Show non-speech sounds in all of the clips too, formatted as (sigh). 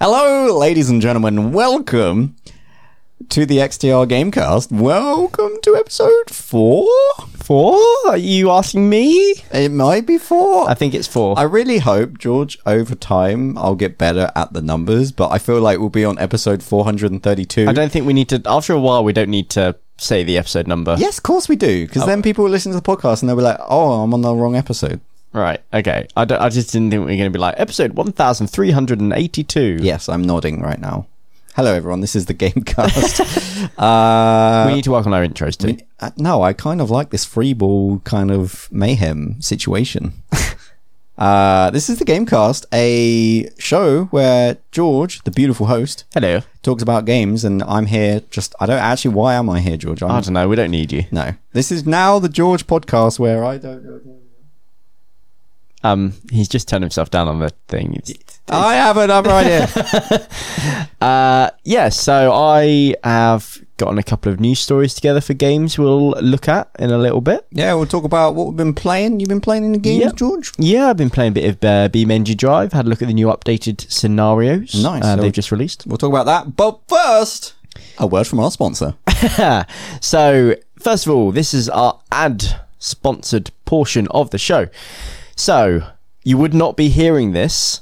Hello, ladies and gentlemen. Welcome to the XTR Gamecast. Welcome to episode four. Four? Are you asking me? It might be four. I think it's four. I really hope, George, over time I'll get better at the numbers, but I feel like we'll be on episode 432. I don't think we need to. After a while, we don't need to say the episode number. yes, of course we do, Oh. because then people will listen to the podcast and they'll be like, oh, I'm on the wrong episode. Right. Okay. I, don't- I just didn't think we were going to be like episode one thousand three hundred and eighty-two. Yes, I'm nodding right now. Hello, everyone. This is the Gamecast. uh, we need to work on our intros too. uh, no, I kind of like this free ball kind of mayhem (laughs) situation. uh, this is the Gamecast, a show where George, the beautiful host, Hello. talks about games, and I'm here. Just I don't actually. Why am I here, George? I'm, I don't know. We don't need you. no, this is now the George podcast where I don't. know. Um, he's just turned himself down on the thing. It's- I have another idea. (laughs) Uh, yeah. So I have gotten a couple of news stories together for games we'll look at in a little bit. yeah, we'll talk about what we've been playing. You've been playing in the games, Yep. George. Yeah, I've been playing a bit of uh, Beam Engine Drive. Had a look at the new updated scenarios. Nice. Uh, So- they've just released. We'll talk about that, but first, a word from our (laughs) sponsor. so, first of all, this is our ad sponsored portion of the show. So, you would not be hearing this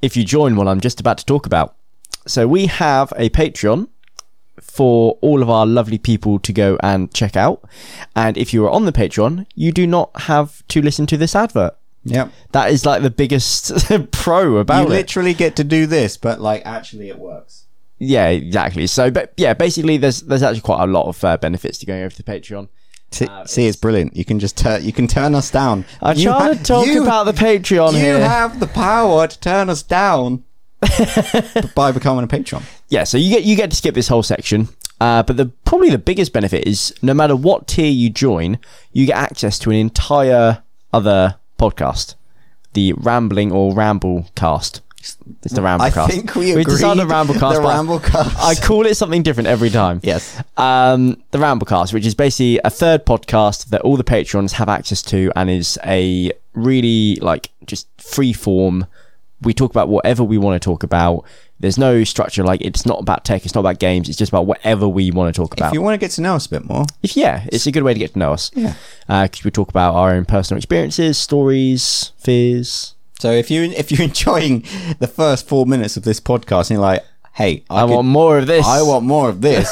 if you join what I'm just about to talk about. So, we have a Patreon for all of our lovely people to go and check out. And if you are on the Patreon, you do not have to listen to this advert. Yep. That is like the biggest (laughs) pro about you it. literally get to do this, but like actually it works. yeah, exactly. So, but yeah, basically, there's there's actually quite a lot of uh, benefits to going over to the Patreon. See, see, it's brilliant. You can just turn, you can turn us down. I'm You trying ha- to talk you- about the Patreon You here. have the power to turn us down (laughs) by becoming a patron. yeah, so you get you get to skip this whole section. Uh, but the probably the biggest benefit is no matter what tier you join, you get access to an entire other podcast, the Rambling or Ramble Cast. It's the Ramble I Cast. think we we agreed decided Ramble Cast. the but Ramblecast. I call it something different every time. Yes. Um, the Ramblecast, which is basically a third podcast that all the patrons have access to and is a really like just free form. We talk about whatever we want to talk about. There's no structure. Like it's not about tech. It's not about games. It's just about whatever we want to talk about. If you want to get to know us a bit more, If- yeah, it's a good way to get to know us. Yeah. Because we talk about our own personal experiences, stories, fears. so if you if you're (laughs) enjoying the first four minutes of this podcast, and you're like, hey, I, I, could- want more of this. I want more of (laughs) this.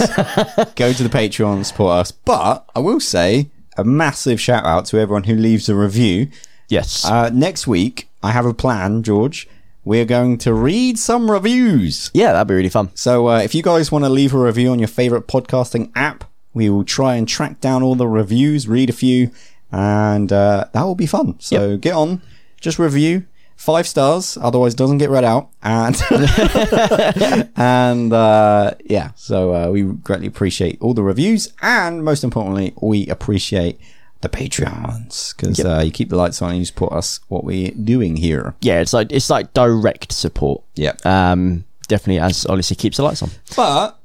Go to the Patreon, support us. But I will say a massive shout out to everyone who leaves a review. Yes. Uh, next week, I have a plan, George. We're going to read some reviews. yeah, that'd be really fun. So uh, if you guys want to leave a review on your favorite podcasting app, we will try and track down all the reviews, read a few, and uh, that will be fun. So get on, just review. Five stars, otherwise it doesn't get read out, and (laughs) and uh, yeah, so uh, we greatly appreciate all the reviews, and most importantly, we appreciate the Patreons because uh, you keep the lights on and you support us. What we're doing here, Yeah, it's like it's like direct support. yeah. Um, definitely, as Ollie said, keeps the lights on. But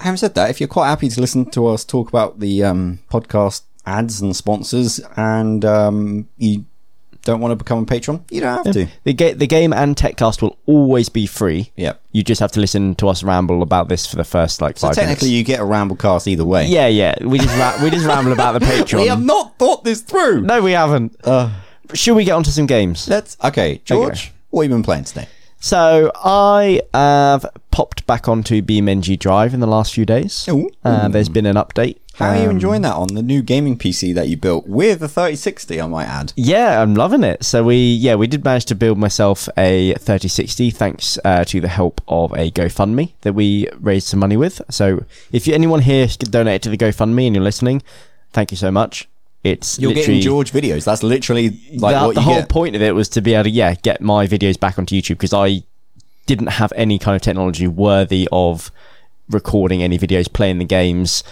having said that, if you're quite happy to listen to us talk about the um, podcast ads and sponsors, and um, you don't want to become a patron, you don't have to. The, ga- the game and techcast will always be free. Yep. You just have to listen to us ramble about this for the first like So five technically, you get a Ramblecast either way. minutes. Yeah, yeah. We just ra- we just ramble about the (laughs) We have Patreon. not thought this through. no, we haven't. Should we get onto some games? Let's okay, George. What have you been playing today? So I have popped back onto BeamNG Drive in the last few days. Ooh. Uh, there's been an update. How are you enjoying that on the new gaming PC that you built with the 3060? I might add. Yeah, I'm loving it. So we yeah we did manage to build myself a 3060 thanks uh, to the help of a GoFundMe that we raised some money with. So if you, anyone here could donate to the GoFundMe and you're listening, thank you so much. It's You're literally getting George videos. That's literally like the, what the you whole get. point of it was to be able to yeah get my videos back onto YouTube because I didn't have any kind of technology worthy of recording any videos, playing the games,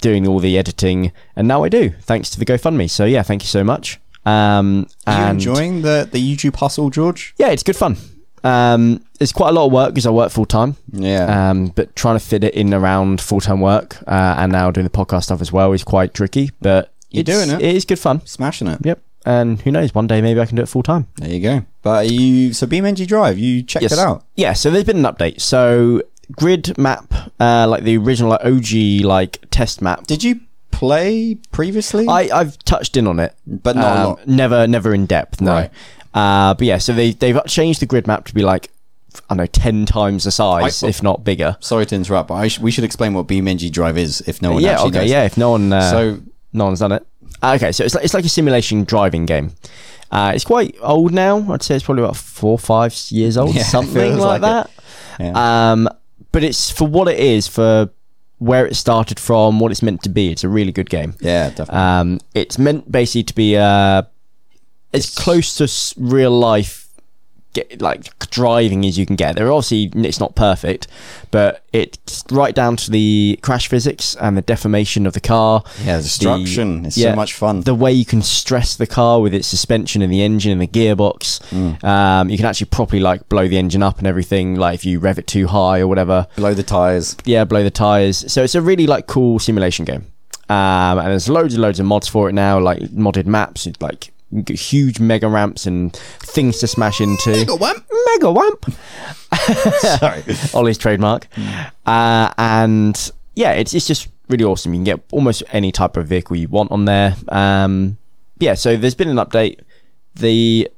doing all the editing, and now I do thanks to the GoFundMe. So yeah, thank you so much. Um, Are you and enjoying the the YouTube hustle, George? yeah, it's good fun. Um, it's quite a lot of work because I work full time. Yeah. Um, but trying to fit it in around full time work uh, and now doing the podcast stuff as well is quite tricky. But You're it's- doing it. It is good fun. Smashing it. Yep. and who knows? One day maybe I can do it full time. There you go. But you, so BeamNG Drive, you checked yes. it out. Yeah, so there's been an update. So grid map, uh, like the original like, OG like test map. Did you play previously? I, I've touched in on it, But not a um, lot. Never, never in depth. No. Right. Uh, but yeah, so they they've changed the grid map to be like I don't know ten times the size, I- if not bigger. Sorry to interrupt, but I sh- we should explain what BeamNG Drive is if no one yeah. actually Okay. does. Yeah. If no one, uh, So no one's done it. Uh, okay. So it's like it's like a simulation driving game. Uh, it's quite old now. I'd say it's probably about four, five years (laughs) old, Yeah, something feels like like, that. it. yeah. Um, but it's for what it is, for where it started from, what it's meant to be. It's a really good game. yeah, definitely. Um, it's meant basically to be uh, as close to s- real life, get, like driving as you can get. There, obviously, it's not perfect, but it's right down to the crash physics and the deformation of the car. yeah, destruction. it's yeah, so much fun. The way you can stress the car with its suspension and the engine and the gearbox, um, you can actually properly like blow the engine up and everything. Like if you rev it too high or whatever, Below the tires. yeah, blow the tires. So it's a really like cool simulation game. Um, and there's loads and loads of mods for it now, like modded maps, like huge mega ramps and things to smash into. Mega wamp. (laughs) (laughs) Sorry. Ollie's trademark. Uh, and yeah, it's it's just really awesome. You can get almost any type of vehicle you want on there. Um, yeah, so there's been an update. The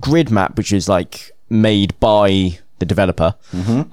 grid map, which is like made by the developer, uh,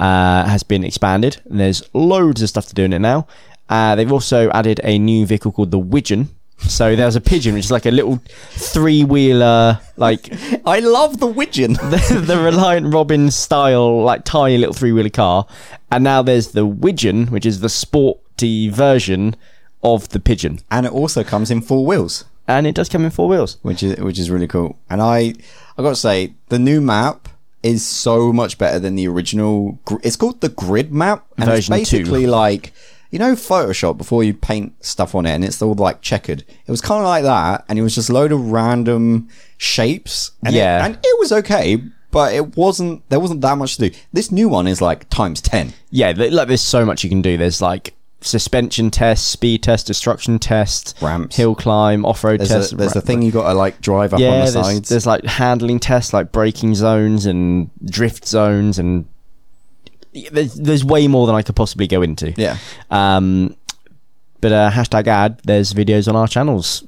has been expanded. And there's loads of stuff to do in it now. Uh, they've also added a new vehicle called the Widgeon. So there's a pigeon, which is like a little three-wheeler, like I love the widgeon. the, (laughs) the Reliant Robin style, like tiny little three wheeler car. And now there's the Widgeon, which is the sporty version of the Pigeon. and it also comes in four wheels, And it does come in four wheels. which is which is really cool. And I I got to say the new map is so much better than the original. gr- It's called the grid map, and it's Version two. basically like you know Photoshop before you paint stuff on it, and it's all like checkered. It was kind of like that, and it was just a load of random shapes. And Yeah. it, and it was okay. But it wasn't. There wasn't that much to do. This new one is like times ten. Yeah, th- like there's so much you can do. There's like suspension tests, speed test, destruction test, Ramps. hill climb, off road There's, test. a, there's ra- the thing you got to like drive up on Yeah, the there's, sides. there's like handling tests, like braking zones and drift zones, and there's, there's way more than I could possibly go into. yeah. Um, but uh, hashtag ad. There's videos on our channels (laughs)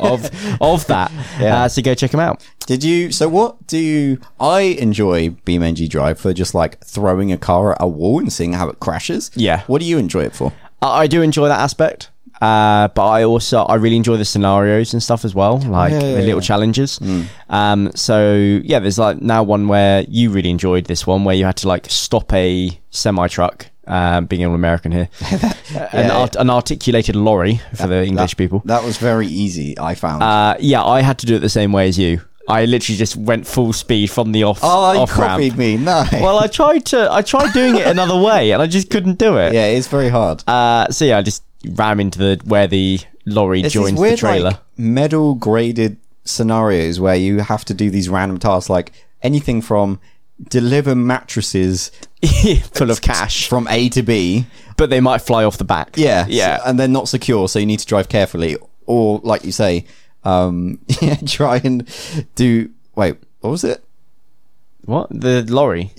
of of that. Yeah. Uh, so go check them out. Did you? So what do you? I enjoy BeamNG Drive for just like throwing a car at a wall and seeing how it crashes. Yeah. What do you enjoy it for? I, I do enjoy that aspect. Uh, but I also I really enjoy the scenarios and stuff as well, like yeah, the yeah, little yeah. Hmm. challenges. Um, so yeah, there's like now one where you really enjoyed this one where you had to like stop a semi truck, um, being an (laughs) American here, an, yeah. art- an articulated lorry for the English people. uh, That was very easy. I found. Uh, yeah, I had to do it the same way as you. I literally just went full speed from the off oh, you off copied ramp. me. (laughs) No. Well, I tried to, I tried doing (laughs) it another way, and I just couldn't do it. yeah, it's very hard. Uh, so yeah, I just ram into the where the lorry It's these joins weird, the trailer. (laughs) like medal graded scenarios where you have to do these random tasks, like anything from deliver mattresses (laughs) full of cash, from A to B. but they might fly off the back. Yeah, yeah. so- uh, and they're not secure, so you need to drive carefully, or like you say, um, (laughs) yeah, try and do. Wait, what was it? What the lorry?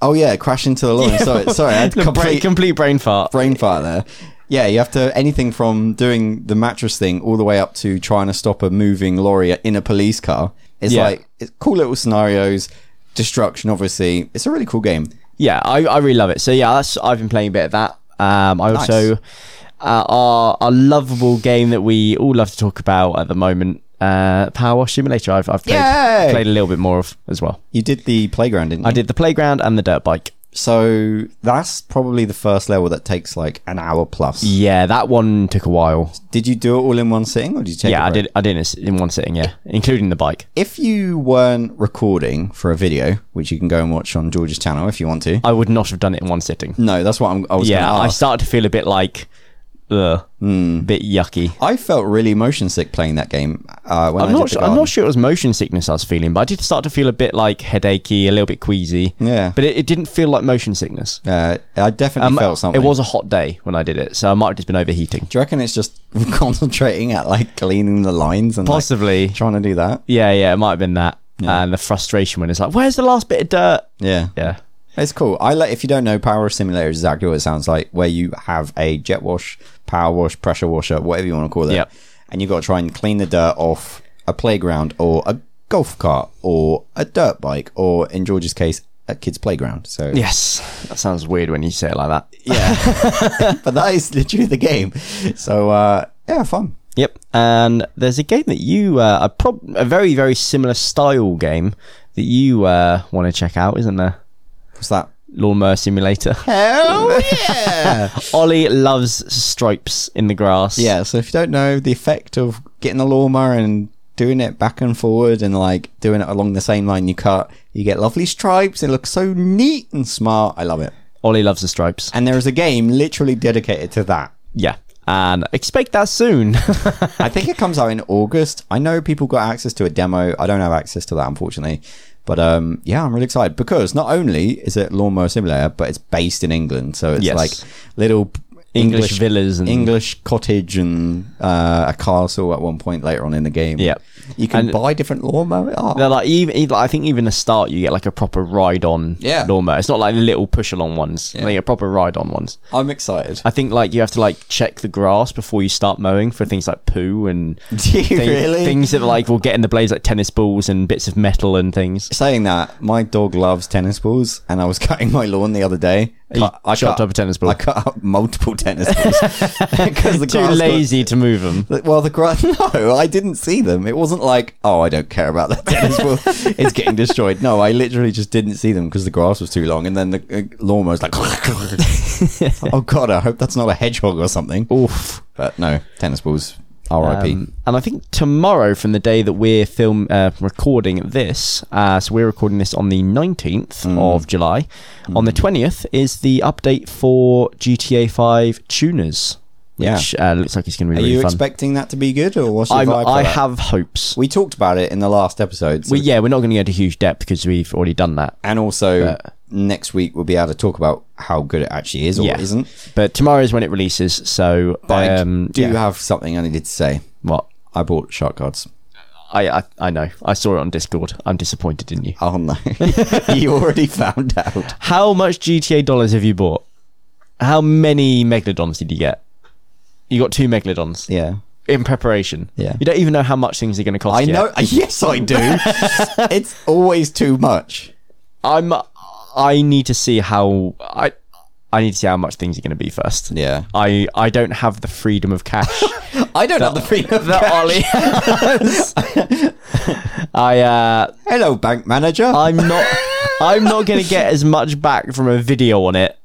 Oh yeah, crash into the (laughs) lorry. sorry, sorry, I had The brain, complete complete brain fart. brain fart there. Yeah, you have to anything from doing the mattress thing all the way up to trying to stop a moving lorry in a police car. It's Yeah. like it's cool little scenarios, destruction. Obviously, it's a really cool game. Yeah, I, I really love it. So yeah, that's I've been playing a bit of that. Um, I also uh, our our lovable game that we all love to talk about at the moment, uh, Power Wash Simulator. I've I've played, Yay! played a little bit more of as well. You did the playground, didn't you? I did the playground and the dirt bike. So that's probably the first level that takes like an hour plus. Yeah, that one took a while. Did you do it all in one sitting, or did you take? yeah, a I break? did. I did it in one sitting. Yeah, including the bike. If you weren't recording for a video, which you can go and watch on George's channel if you want to. I would not have done it in one sitting. No, that's what I'm, I was yeah, going to I ask. started to feel a bit like ugh, Hmm. bit yucky. I felt really motion sick playing that game. Uh, when I'm I not. Did the Sure, I'm garden. not sure it was motion sickness I was feeling, but I did start to feel a bit like headachy, a little bit queasy. Yeah. But it, it didn't feel like motion sickness. Uh, I definitely Um, felt something. It was a hot day when I did it, so I might have just been overheating. Do you reckon it's just (laughs) concentrating at like cleaning the lines and like, Possibly. trying to do that? Yeah, yeah, it might have been that. Yeah. And the frustration when it's like, where's the last bit of dirt? Yeah. Yeah. It's cool. I like if you don't know, power simulator is exactly what it sounds like, where you have a jet wash, power wash, pressure washer, whatever you want to call it, Yep. and you've got to try and clean the dirt off a playground or a golf cart or a dirt bike or, in George's case, a kid's playground. So Yes. That sounds weird when you say it like that. (laughs) but that is literally the game. So uh, yeah, fun. Yep. And there's a game that you, uh, a, prob- a very, very similar style game that you uh, want to check out, isn't there? What's that? Lawnmower (laughs) (laughs) Simulator. Hell yeah! Ollie loves stripes in the grass. Yeah, so if you don't know the effect of getting the lawnmower and doing it back and forward and like doing it along the same line you cut, you get lovely stripes. It looks so neat and smart. I love it. Ollie loves the stripes. And there is a game literally dedicated to that. Yeah. And expect that soon. (laughs) I think it comes out in August. I know people got access to a demo. I don't have access to that, unfortunately. But um, yeah, I'm really excited because not only is it Lawnmower Simulator, but it's based in England. So it's Yes. like little English, English villas and English cottage and uh, a castle at one point later on in the game. Yep. You can And- buy different lawnmower. Oh, They're like even, even- I think even the start you get like a proper ride on Yeah. lawnmower. It's not like the little push along ones. Yeah. Like a proper ride on ones. I'm excited. I think like you have to like check the grass before you start mowing for things like (laughs) poo and (laughs) Do you thing- really? things that like will get in the blades like tennis balls and bits of metal and things. Saying that, my dog loves tennis balls, and I was (laughs) cutting my lawn the other day. You chopped up a tennis ball. I cut up multiple tennis (laughs) balls (laughs) because the Too grass got- lazy to move them. Well, the grass. (laughs) No, I didn't see them. It wasn't like, oh, I don't care about that (laughs) tennis ball. it's getting destroyed. No, I literally just didn't see them because the grass was too long, and then the uh, lawnmower was like, (laughs) oh god, I hope that's not a hedgehog or something. Oof. But no, tennis balls, R.I.P. Um, and I think tomorrow, from the day that we're film uh, recording this, uh, so we're recording this on the nineteenth Mm. of July. On the twentieth is the update for GTA Five tuners, Yeah. which uh, looks like it's going to Are be really you fun. expecting that to be good, or what's your I'm, vibe? for I that? have hopes. We talked about it in the last episode, so We, yeah, we're not going to go to huge depth because we've already done that. and also Yeah. next week we'll be able to talk about how good it actually is or Yeah. isn't. But tomorrow is when it releases, so But um, I do yeah. have something I needed to say. what? I bought shark cards. I, I I know. I saw it on Discord. I'm disappointed in you. Oh no, (laughs) you already found out. How much GTA dollars have you bought? How many megalodons did you get? You got two megalodons Yeah. in preparation. Yeah. You don't even know how much things are going to cost. I yet. know. (laughs) Yes, I (laughs) do. it's always too much. I'm. I need to see how I. I need to see how much things are going to be first. Yeah. I I don't have the freedom of (laughs) cash I don't have the freedom. of that cash. Ollie (laughs) has. I uh Hello, bank manager. I'm not I'm not going to get as much back from a video on it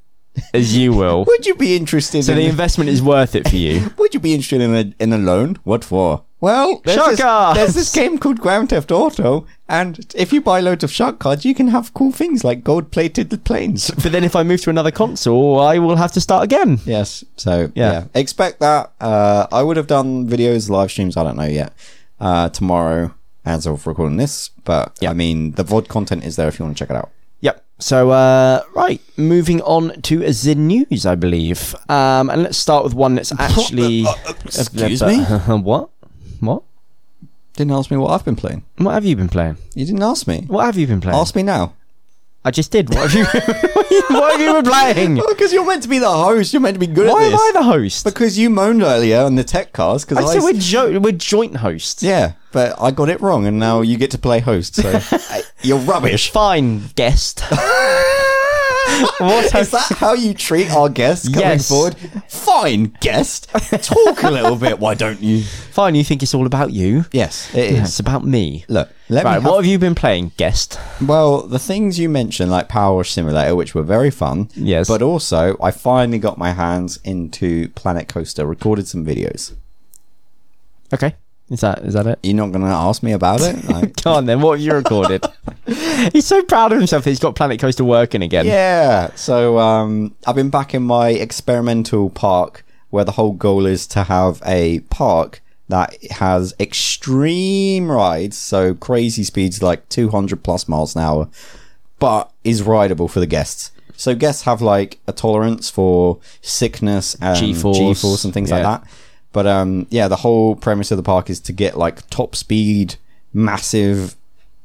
as (laughs) you will. would you be interested? So the in, investment is worth it for you. would you be interested in a in a loan? What for? Well, there's Shark this, cards. there's this game called Grand Theft Auto, and if you buy loads of shark cards, you can have cool things like gold plated planes. But then if I move to another console, I will have to start again. Yes. So yeah, Yeah. expect that. Uh, I would have done videos, live streams. I don't know yet. Uh, tomorrow, as of recording this, but Yeah. I mean, the VOD content is there if you want to check it out. Yep. So, uh, right, moving on to the news, I believe. Um, and let's start with one (laughs) that's actually. Uh, excuse me? (laughs) what? What? Didn't ask me what I've been playing. What have you been playing? You didn't ask me. What have you been playing? Ask me (laughs) now. I just did. What have you? (laughs) what have you (laughs) been playing? Because Oh, you're meant to be the host. You're meant to be good Why at am this. I the host? Because you moaned earlier on the tech cars. Because I I, said we're, jo- we're joint hosts. yeah, but I got it wrong, and now you get to play host. So (laughs) I- you're rubbish. Fine, (laughs) guest. (laughs) What Is that how you treat our guests coming Yes. forward? Fine, guest. Talk a little bit. Why don't you? Fine, you think it's all about you? Yes, it Yeah, is. It's about me. Look, let right, me. what have you been playing, guest? have- well, the things you mentioned, like Power Wash Simulator, which were very fun. Yes. But also, I finally got my hands into Planet Coaster. Recorded some videos. Okay, is that is that it? You're not going to ask me about (laughs) it. Like, Come on then, what have you recorded? (laughs) he's so proud of himself. that He's got Planet Coaster working again. yeah. So um, I've been back in my experimental park where the whole goal is to have a park that has extreme rides, so crazy speeds like 200 plus miles an hour, but is rideable for the guests. So guests have like a tolerance for sickness and G-force. G-force and things like Yeah. that. But um, yeah, the whole premise of the park is to get like top speed, massive,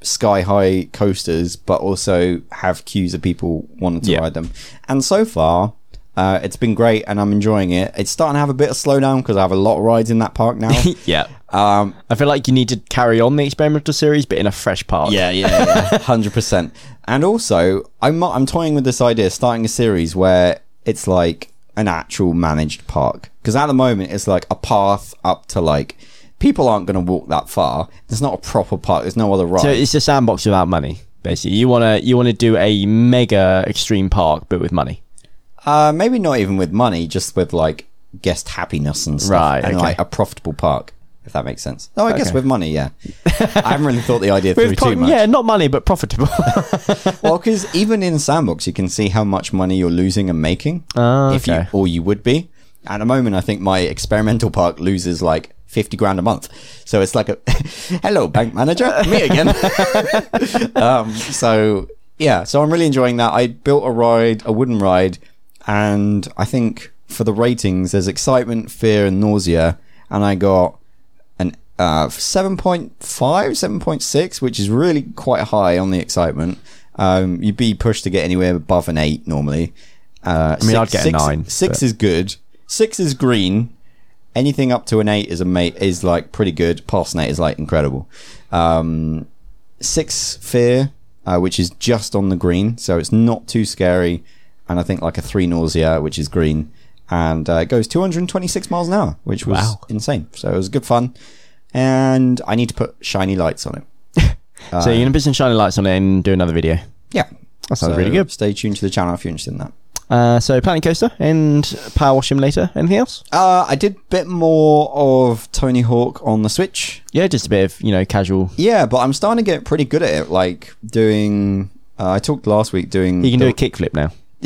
sky high coasters, but also have queues of people wanting to Yeah. ride them. And so far, uh, it's been great, and I'm enjoying it. It's starting to have a bit of slowdown because I have a lot of rides in that park (laughs) now. (laughs) yeah. um, I feel like you need to carry on the experimental series, but in a fresh park. Yeah, yeah, yeah. (laughs) hundred percent. And also, I'm I'm toying with this idea, of starting a series where it's like an actual managed park. Because at the moment, it's like a path up to like people aren't going to walk that far. There's not a proper park. There's no other ride. So it's a sandbox without money, basically. You wanna you wanna do a mega extreme park, but with money. uh, maybe not even with money, just with like guest happiness and stuff, Right, and okay. like a profitable park. If that makes sense. Oh, I guess Okay. with money, (laughs) yeah. I haven't really thought the idea through With pro- too much. Yeah, not money, but profitable. well, because even in Sandbox, you can see how much money you're losing and making, Ah, if you okay. or you would be. At the moment, I think my experimental park loses like fifty grand a month, so it's like a (laughs) hello bank manager, me again. (laughs) um, so yeah, so I'm really enjoying that. I built a ride, a wooden ride, and I think for the ratings, there's excitement, fear, and nausea, and I got an uh, 7.5, 7.6, which is really quite high on the excitement. Um, you'd be pushed to get anywhere above an eight normally. Uh, I mean, I'd get a nine, Six but- is good. Six is green. Anything up to an eight is a mate is like pretty good. Past an eight is like incredible. Um, six fear, uh, which is just on the green, so it's not too scary. And I think like a three nausea, which is green, and uh, it goes 226 miles an hour, which was Wow. insane. So it was good fun, and I need to put shiny lights on it. (laughs) so you're gonna put some shining lights on it and do another video. Yeah, that sounds really good. Stay tuned to the channel if you're interested in that. Uh, so Planet Coaster and Power Wash Simulator. Anything else? Uh, I did a bit more of Tony Hawk on the Switch. Yeah, just a bit of you know casual. Yeah, but I'm starting to get pretty good at it. Like doing, uh, I talked last week doing. You can do a kickflip now. (laughs)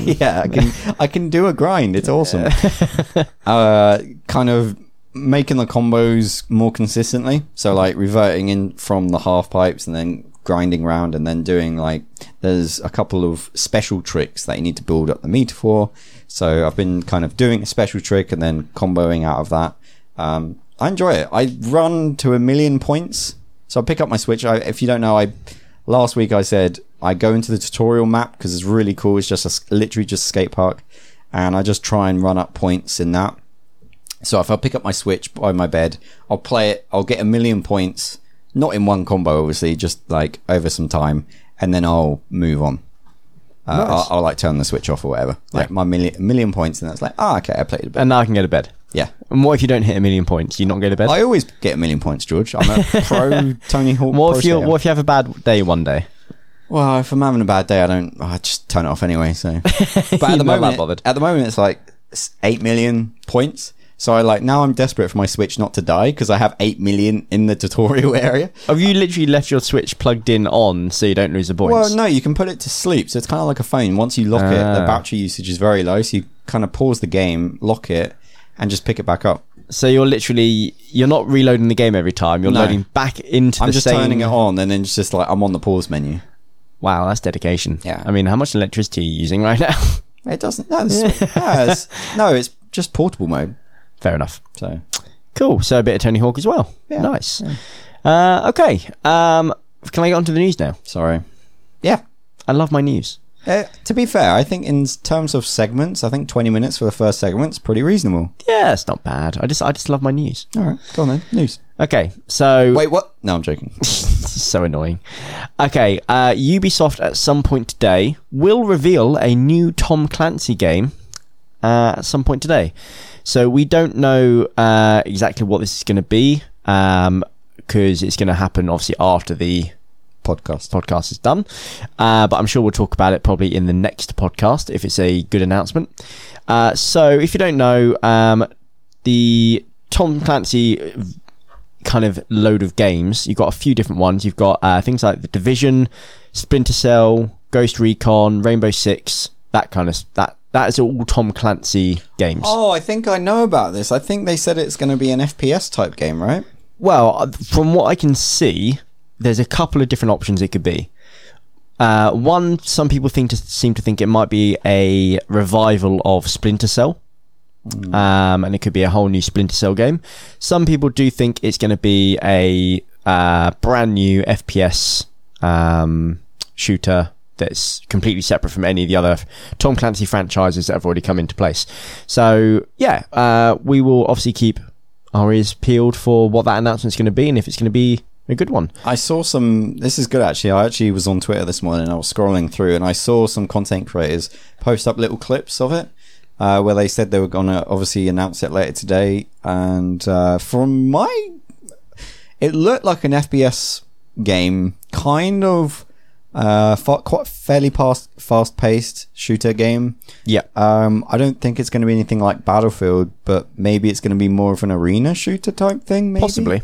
yeah, I can I can do a grind. It's awesome. uh, kind of making the combos more consistently. So like reverting in from the half pipes and then grinding round and then doing like there's a couple of special tricks that you need to build up the meter for. So I've been kind of doing a special trick and then comboing out of that. Um, I enjoy it. I run to a million points. So I pick up my Switch. I, if you don't know, I last week I said I go into the tutorial map because it's really cool. It's just a, s- literally just a skate park, and I just try and run up points in that. So if I pick up my Switch by my bed, I'll play it. I'll get a million points, not in one combo, obviously, just like over some time, and then I'll move on. Uh, Nice. I'll, I'll like turn the switch off or whatever. Like my million million points, and that's like, ah, okay, I played a bit. And now I can go to bed. Yeah, And what if you don't hit a million points? You not go to bed. I always get a million points, George. I'm (laughs) a pro Tony Hawk. What pro if you skater. What if you have a bad day one day? Well, if I'm having a bad day, I don't. I just turn it off anyway. (laughs) So, but at the You're not that moment, bothered. at the moment, it's like s- eight million points. So I like now I'm desperate for my Switch not to die because I have eight million in the tutorial (laughs) area. Have you literally left your Switch plugged in on so you don't lose the points? Well, no, you can put it to sleep, so it's kind of like a phone. Once you lock it, the Ah. battery usage is very low, so you kind of pause the game, lock it, and just pick it back up. So you're literally you're not reloading the game every time. You're No. loading back into I'm the just same. turning it on, and then it's just like I'm on the pause menu. Wow, that's dedication. Yeah. I mean, how much electricity are you using right (laughs) now? It doesn't. No, the Switch- no, it's, no, it's just portable mode. Fair enough. So Cool. So a bit of Tony Hawk as well. Yeah. Nice. Uh, okay. Um, can I get onto the news now? sorry. Yeah, I love my news. Uh, to be fair, I think in s- terms of segments, I think 20 minutes for the first segment's pretty reasonable. Yeah, it's not bad. I just I just love my news. All right, go on then. News. Okay. So Wait, what? No, I'm joking. This is so annoying. Okay, uh, Ubisoft at some point today will reveal a new Tom Clancy game uh, at some point today. So we don't know uh, exactly what this is going to be because it's going to happen obviously after the Podcast. podcast is done. Uh, but I'm sure we'll talk about it probably in the next podcast if it's a good announcement. Uh, so if you don't know, um, the Tom Clancy kind of load of games, you've got a few different ones. You've got uh, things like The Division, Splinter Cell, Ghost Recon, Rainbow Six, that kind of that That is all Tom Clancy games. Oh, I think I know about this. I think they said it's going to be an FPS type game, right? Well, uh, from what I can see, there's a couple of different options it could be. Uh, one, some people think to, seem to think it might be a revival of Splinter Cell, um, and it could be a whole new Splinter Cell game. Some people do think it's going to be a uh, brand new FPS um, shooter that's completely separate from any of the other Tom Clancy franchises that have already come into place. So yeah, uh, we will obviously keep our ears peeled for what that announcement's going to be and if it's going to be a good one. I saw some. This is good actually. I actually was on Twitter this morning. I was scrolling through and I saw some content creators post up little clips of it uh, where they said they were going to obviously announce it later today. And uh, from my. It looked like an FPS game, kind of uh, fa- quite fairly fast, fast paced shooter game. Yeah. Um, I don't think it's going to be anything like Battlefield, but maybe it's going to be more of an arena shooter type thing. Maybe? Possibly.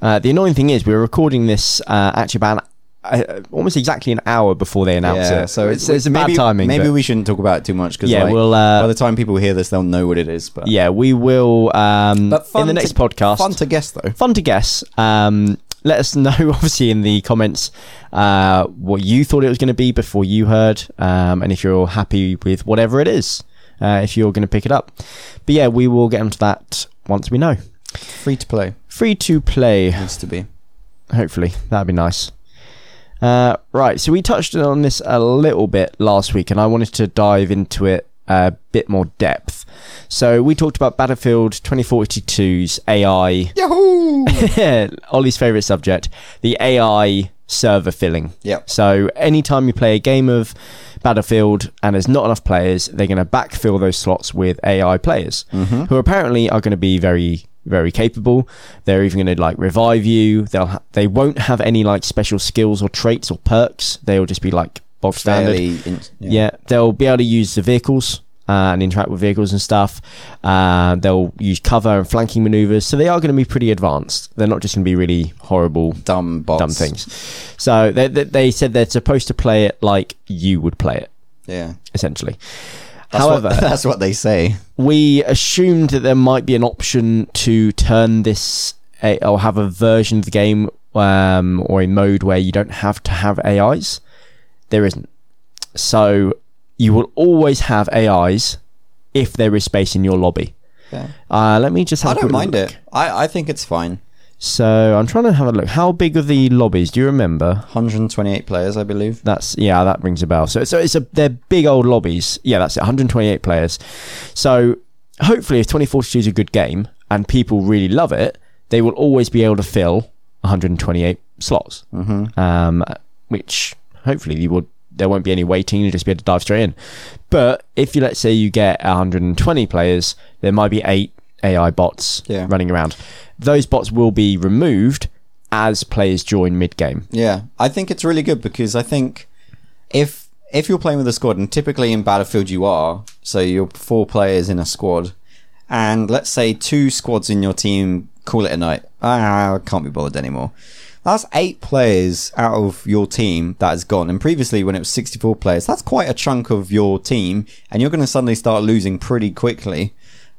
Uh, the annoying thing is, we were recording this uh, actually about an, uh, almost exactly an hour before they announced Yeah, it. so it's, it's a maybe, bad timing. Maybe but- we shouldn't talk about it too much because Yeah, we'll, uh, by the time people hear this, they'll know what it is. But yeah, we will um, But fun in the next to- podcast. fun to guess though. fun to guess. Um, let us know, (laughs) obviously, in the comments uh, what you thought it was going to be before you heard, um, and if you're happy with whatever it is, uh, if you're going to pick it up. But yeah, we will get into that once we know. Free to play Free to play. needs to be. Hopefully, that'd be nice. Uh, right, so we touched on this a little bit last week, and I wanted to dive into it a bit more depth. So we talked about Battlefield 2042's AI, Yahoo! (laughs) Ollie's favorite subject, the AI server filling. Yep. So anytime you play a game of Battlefield and there's not enough players, they're going to backfill those slots with AI players Mm-hmm. who apparently are going to be very very capable. They're even going to like revive you. They'll ha- they won't have any like special skills or traits or perks. They'll just be like bog standard. Fairly in- Yeah. they'll be able to use the vehicles uh, and interact with vehicles and stuff. Uh, they'll use cover and flanking maneuvers, so they are going to be pretty advanced. They're not just going to be really horrible dumb bots. dumb things. So they, they, they said they're supposed to play it like you would play it, Yeah. essentially. That's However, what, (laughs) that's what they say. we assumed that there might be an option to turn this a- or have a version of the game um, or a mode where you don't have to have AIs. There isn't. So you will always have AIs if there is space in your lobby. Yeah. Uh, let me just I have a don't quick mind look. it. I, I think it's fine. So I'm trying to have a look. How big are the lobbies? Do you remember? 128 players, I believe. That's yeah, that rings a bell. So so it's a they're big old lobbies. Yeah, that's it. 128 players. So hopefully, if 2042 is a good game and people really love it, they will always be able to fill 128 slots. Mm-hmm. Um, which hopefully you will. There won't be any waiting. You'll just be able to dive straight in. But if you let's say you get 120 players, there might be eight AI bots Yeah. running around. Those bots will be removed as players join mid game. Yeah, I think it's really good because I think if if you're playing with a squad, and typically in Battlefield you are, so you're four players in a squad, and let's say two squads in your team call it a night. Ah, I can't be bothered anymore. That's eight players out of your team that is gone. And previously, when it was 64 players, that's quite a chunk of your team, and you're going to suddenly start losing pretty quickly.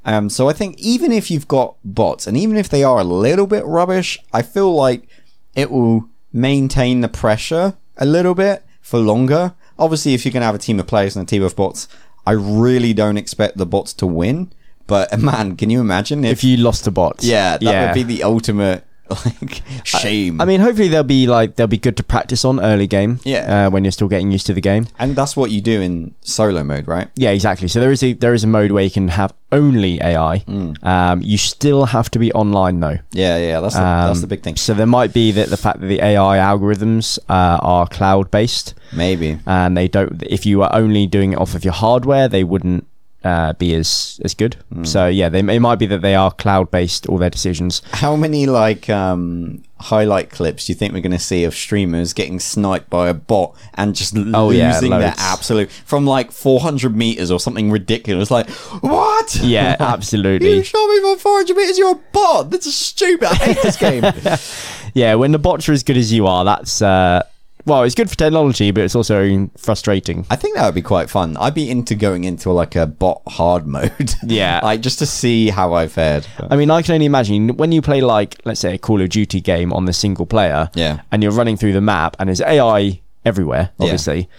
Um, so I think even if you've got bots, and even if they are a little bit rubbish, I feel like it will maintain the pressure a little bit for longer. Obviously, if you're going to have a team of players and a team of bots, I really don't expect the bots to win. But (laughs) man, can you imagine if, If you lost the bots, yeah, that would be the ultimate (laughs) like shame. I mean, hopefully they'll be like they'll be good to practice on early game. Yeah. uh, when you're still getting used to the game. and that's what you do in solo mode, right? Yeah, exactly. So there is a there is a mode where you can have only AI. Mm. Um, you still have to be online though. Yeah, yeah, that's the, that's Um, the big thing. So there might be that the fact that the AI algorithms uh, are cloud based Maybe. and they don't. If you were only doing it off of your hardware, they wouldn't uh, be as as good. Mm. So yeah, they, it might be that they are cloud based. All their decisions. How many like um highlight clips do you think we're going to see of streamers getting sniped by a bot and just Oh, losing yeah, their loads. absolute from like 400 meters or something ridiculous? Like what? Yeah, (laughs) You absolutely. shot me from 400 meters. You're a (laughs) bot. This is stupid. I hate this game. Yeah, when the bots are as good as you are, that's uh, well, it's good for technology, but it's also frustrating. I think that would be quite fun. I'd be into going into like a bot hard mode. Yeah. (laughs) like just to see how I fared. I mean, I can only imagine when you play like, let's say, a Call of Duty game on the single player, Yeah. and you're running through the map, and there's AI everywhere. Yeah. Hmm. Obviously,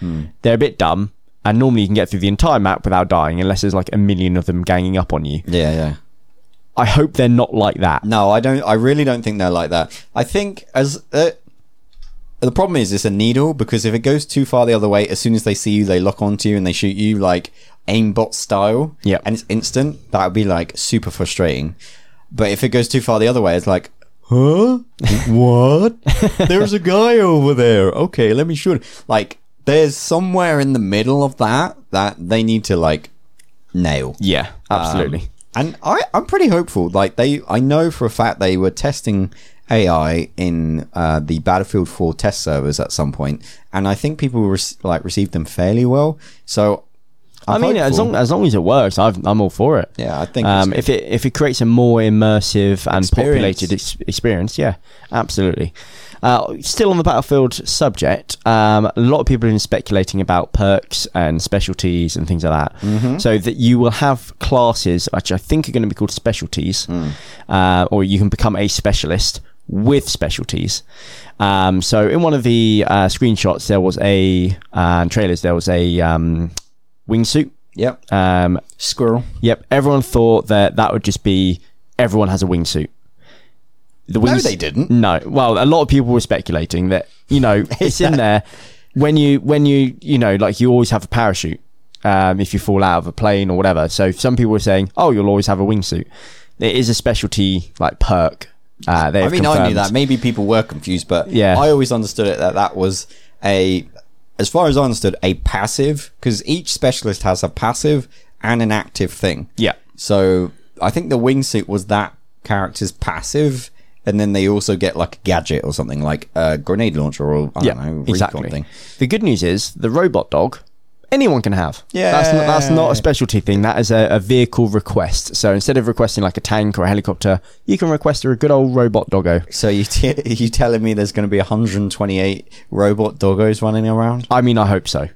they're a bit dumb, and normally you can get through the entire map without dying, unless there's like a million of them ganging up on you. Yeah, yeah. I hope they're not like that. No, I don't. I really don't think they're like that. I think as uh, the problem is, it's a needle because if it goes too far the other way, as soon as they see you, they lock onto you and they shoot you like aimbot style. Yep. and it's instant. That would be like super frustrating. But if it goes too far the other way, it's like, huh? (laughs) what? There's a guy over there. Okay, let me shoot. him." Like, there's somewhere in the middle of that that they need to like nail. Yeah, Um, absolutely. And I, I'm pretty hopeful. Like they, I know for a fact they were testing AI in uh, the Battlefield 4 test servers at some point, and I think people rec like received them fairly well. So I I'm mean, as hopeful. long as long as it works, I've, I'm all for it. yeah, I think Um, it's- if it if it creates a more immersive and Experience. populated ex- experience, yeah, absolutely. Uh, still on the battlefield subject, um, a lot of people have been speculating about perks and specialties and things like that. Mm-hmm. So that you will have classes, which I think are going to be called specialties, Mm. uh, or you can become a specialist with specialties. Um, so in one of the uh, screenshots, there was a uh, trailers. There was a um, wingsuit. yep, Um, squirrel. Yep, everyone thought that that would just be everyone has a wingsuit. The No, wings- they didn't. No, well, a lot of people were speculating that you (laughs) know it's in there when you when you you know like you always have a parachute um, if you fall out of a plane or whatever. So some people were saying, oh, you'll always have a wingsuit. It is a specialty like perk. Uh, I mean, I knew that. Maybe people were confused, but Yeah. I always understood it that that was a, as far as I understood, a passive because each specialist has a passive and an active thing. Yeah, So I think the wingsuit was that character's passive, and then they also get like a gadget or something like a grenade launcher or I yeah, don't know, exactly. recon thing. The good news is the robot dog. Anyone can have. that's not, that's not a Yay. specialty thing. That is a, a vehicle request. So instead of requesting like a tank or a helicopter, you can request a good old robot doggo. So you t- (laughs) you telling me there's going to be 128 robot doggos running around? I mean, I hope so.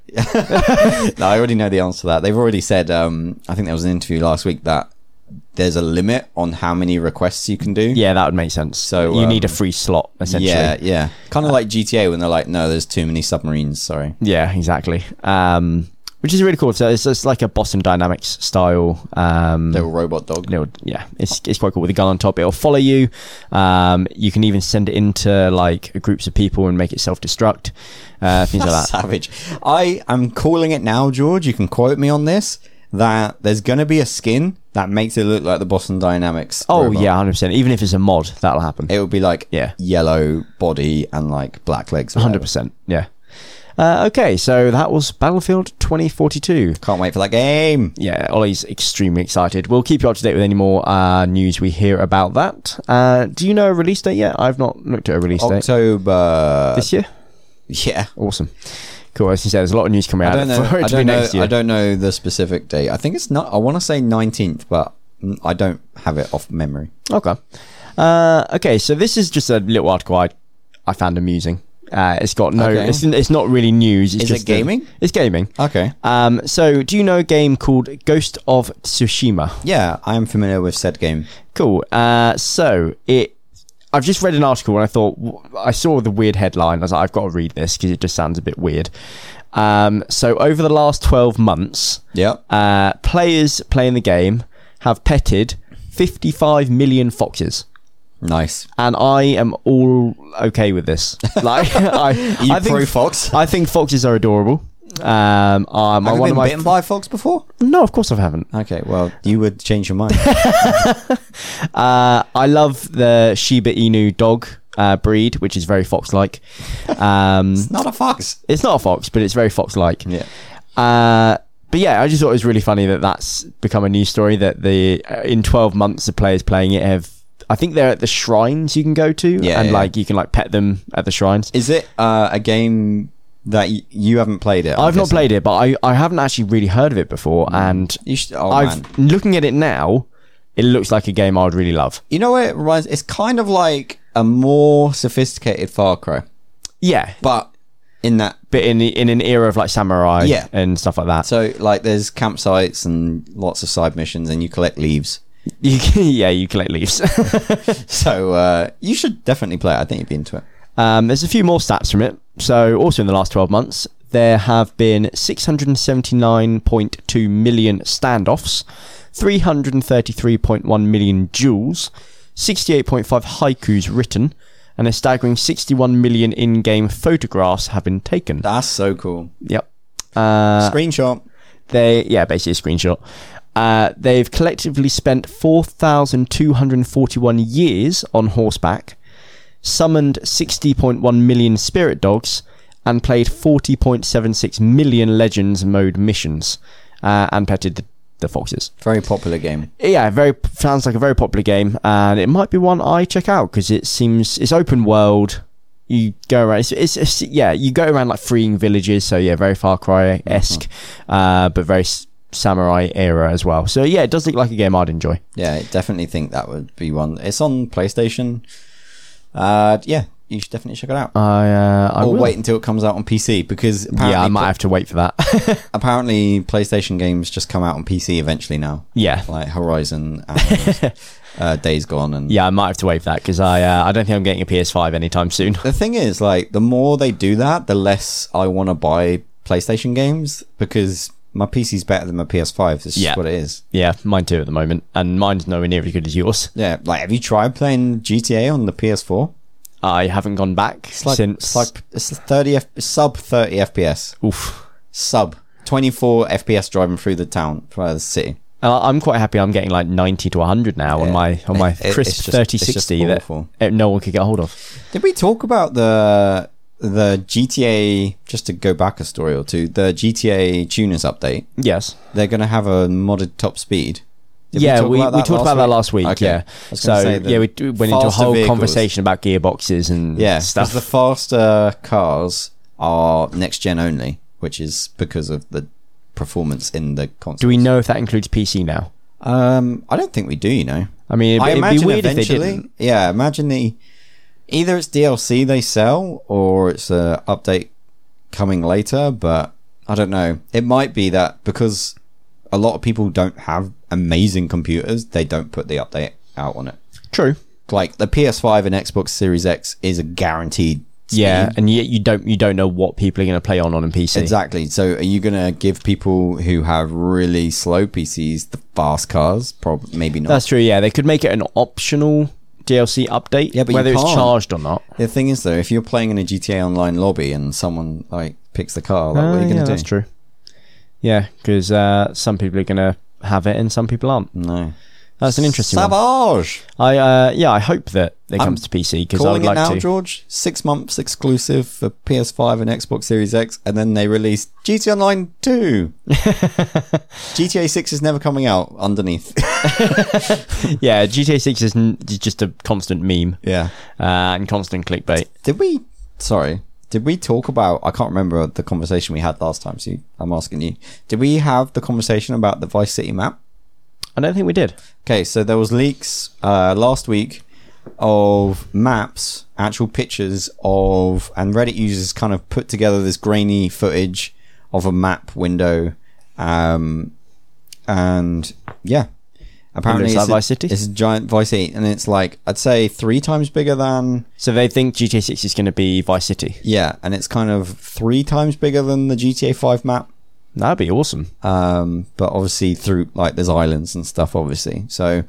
no, I already know the answer to that. They've already said. Um, I think there was an interview last week that there's a limit on how many requests you can do. Yeah, that would make sense. So, you need a um, free slot essentially. yeah, yeah. Uh, Kind of like GTA when they're like, no, there's too many submarines. Sorry. Yeah, exactly. Um, which is really cool. So it's, it's like a Boston Dynamics style. Um, Little robot dog. It'll- yeah, it's, it's quite cool with a gun on top. It'll follow you. Um, you can even send it into like groups of people and make it self destruct. Uh, things like that. (laughs) Savage. I am calling it now, George. You can quote me on this. That there's going to be a skin that makes it look like the Boston Dynamics. Oh robot. yeah, hundred percent. Even if it's a mod, that'll happen. It would be like Yeah. yellow body and like black legs. or Hundred whatever. percent. Yeah. Uh, okay, so that was Battlefield 2042. Can't wait for that game. Yeah, Ollie's extremely excited. We'll keep you up to date with any more uh, news we hear about that. Uh, do you know a release date yet? I've not looked at a Oh, release date October. this year. Yeah. Awesome. Cool. As you said, there's a lot of news coming out I don't know. (laughs) for it I to be don't know. next year. I don't know the specific date. I think it's not. I want to say 19th, but mm, I don't have it off memory. Okay. Uh, okay, so this is just a little article I, I found amusing. Uh, it's got no. Okay. It's, it's not really news. It's Is it just a- gaming? it's gaming. Okay. Um, so, do you know a game called Ghost of Tsushima? Yeah, I am familiar with said game. Cool. Uh, so it, I've just read an article and I thought w- I saw the weird headline. I was like, I've got to read this because it just sounds a bit weird. Um, so over the last twelve months, Yep. uh, players playing the game have petted fifty-five million foxes. Nice. And I am all okay with (laughs) this. Like, I, You I pro think fox? I think foxes are adorable. Um, uh, my, Have you one been of my bitten by a fox before? no, of course I haven't. Okay, well, you would change your mind. (laughs) Uh, I love the Shiba Inu dog uh, breed, which is very fox-like. Um, it's not a fox. it's not a fox, but it's very fox-like. Yeah. Uh, but yeah, I just thought it was really funny that that's become a news story. That the uh, in twelve months, the players playing it have. I think they're at the shrines you can go to, Yeah, and yeah. like you can like pet them at the shrines. Is it uh, a game that y- you haven't played it? I'm I've not guessing? played it, but I, I haven't actually really heard of it before, and You should, oh, I've man. looking at it now. It looks like a game I would really love. You know what it reminds? It's kind of like a more sophisticated Far Cry, Yeah, but in that. but in the, in an era of like samurai Yeah. and stuff like that. So like, there's campsites and lots of side missions, and you collect leaves. (laughs) You (laughs) can- yeah, you collect leaves. So uh, you should definitely play it. I think you'd be into it. um, there's a few more stats from it. So also in the last 12 months, there have been 679.2 million standoffs, 333.1 million duels, 68.5 haikus written, and a staggering 61 million in-game photographs have been taken. That's so cool. Yep. Uh, Screenshot. They yeah, basically a screenshot. Uh, they've collectively spent 4,241 years on horseback, summoned 60.1 million spirit dogs, and played 40.76 million Legends mode missions, uh, and petted the, the foxes. Very popular game. Yeah, very sounds like a very popular game, and it might be one I check out because it seems it's open world. You go around, it's, it's, it's yeah, you go around like freeing villages. So yeah, very Far Cry esque, Mm-hmm. uh, but very s- samurai era as well. So yeah, it does look like a game I'd enjoy. Yeah, I definitely think that would be one. It's on PlayStation. Uh, yeah, you should definitely check it out. I uh, I or will. wait until it comes out on PC because apparently, Yeah, I might have to wait for that. (laughs) apparently PlayStation games just come out on PC eventually now, yeah, like Horizon, (laughs) and, uh, Days Gone, and yeah, I might have to wait for that because I uh, I don't think I'm getting a PS5 anytime soon. (laughs) The thing is, like, the more they do that, the less I want to buy PlayStation games because my PC's better than my PS5. That's just Yeah. what it is. yeah, mine too at the moment, and mine's nowhere near as good as yours. Yeah, like, have you tried playing GTA on the PS4? I haven't gone back It's like, since. it's like it's 30 F- sub 30 FPS, oof. sub 24 FPS driving through the town, through the city. And I- I'm quite happy. I'm getting like 90 to 100 now on Yeah. my on my It- it's crisp just- it's just 3060 that awful. uh, no one could get a hold of. Did we talk about the the GTA? Just to go back a story or two, the GTA tuners update. Yes. They're going to have a modded top speed. Did yeah, we, we talked about that week? last week. Okay. Yeah. I was gonna So say the yeah, we d- went into a faster whole vehicles. conversation about gearboxes and Yeah, stuff. because the faster cars are next gen only, which is because of the performance in the Do console. we know if that includes PC now? Um, I don't think we do. You know, I mean, it'd, I it'd imagine be weird if they eventually. didn't. Yeah, imagine the either it's DLC they sell or it's a update coming later, but I don't know. It might be that because a lot of people don't have amazing computers, they don't put the update out on it. True. Like the PS5 and Xbox Series X is a guaranteed. Yeah, and yet you don't you don't know what people are going to play on on a PC. Exactly. So, are you going to give people who have really slow PCs the fast cars? Probably, maybe not. That's true. Yeah, they could make it an optional DLC update. Yeah, but you whether it's can't. charged or not. the thing is, though, if you're playing in a GTA Online lobby and someone like picks the car, like, what are you Ah, going to yeah, do? That's true. Yeah, because uh, some people are going to have it and some people aren't. No, That's an interesting one. Savage. I uh, yeah, I hope that it I'm comes to PC because I Calling would it like now, to. George. Six months exclusive for PS5 and Xbox Series X, and then they released GTA Online (laughs) Two. GTA Six is never coming out. Underneath. (laughs) Yeah, GTA Six is n- is just a constant meme yeah. uh, and constant clickbait. Did we? Sorry, did we talk about? I can't remember the conversation we had last time. So you, I'm asking you. Did we have the conversation about the Vice City map? I don't think we did. Okay, so there was leaks uh, last week of maps, actual pictures of, and Reddit users kind of put together this grainy footage of a map window, um, and yeah, apparently looks it's like a- Vice City. It's a giant Vice City, and it's like I'd say three times bigger than So they think GTA Six is going to be Vice City. Yeah, and it's kind of three times bigger than the GTA 5 map. That'd be awesome. Um, but obviously through like there's islands and stuff, obviously. So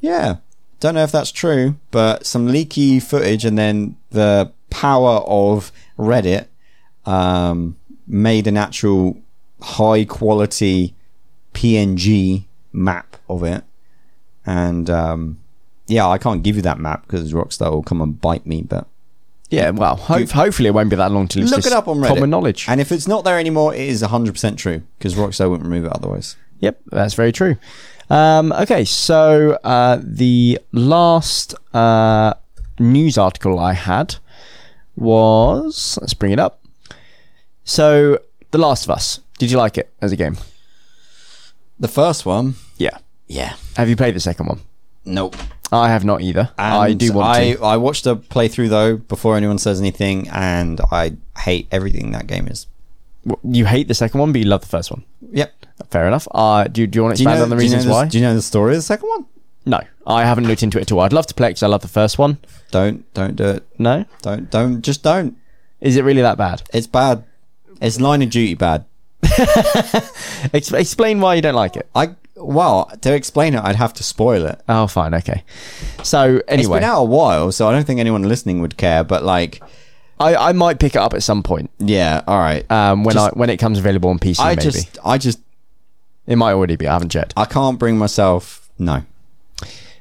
yeah, don't know if that's true, but some leaky footage and then the power of Reddit um, made an actual high quality PNG map of it, and um, yeah, I can't give you that map because Rockstar will come and bite me, but. Yeah, well, ho- hopefully it won't be that long till it's Look just it up on Reddit. common knowledge. And if it's not there anymore, it is 100% true because Rockstar wouldn't remove it otherwise. Yep, that's very true. Um, okay, so uh, the last uh, news article I had was let's bring it up. So, The Last of Us. Did you like it as a game? The first one, Yeah. yeah, Have you played the second one? nope. I have not either. And I do want I, to. I watched a playthrough though before anyone says anything, and I hate everything that game is. W- You hate the second one, but you love the first one. Yep. Fair enough. Uh, do, do you want to expand on the do reasons you know why? Do you know the story of the second one? no, I haven't looked into it at all. I'd love to play because I love the first one. Don't don't do it. No, Don't don't just don't. is it really that bad? It's bad. It's line of duty bad. Ex- explain why you don't like it. I well to explain it, I'd have to spoil it. Oh, fine, okay. So It's anyway, been out a while, so I don't think anyone listening would care. But like, I, I might pick it up at some point yeah, all right. um, when Just- I when it comes available on PC. Uh, I maybe just I just it might already be. I haven't checked. I can't bring myself. No,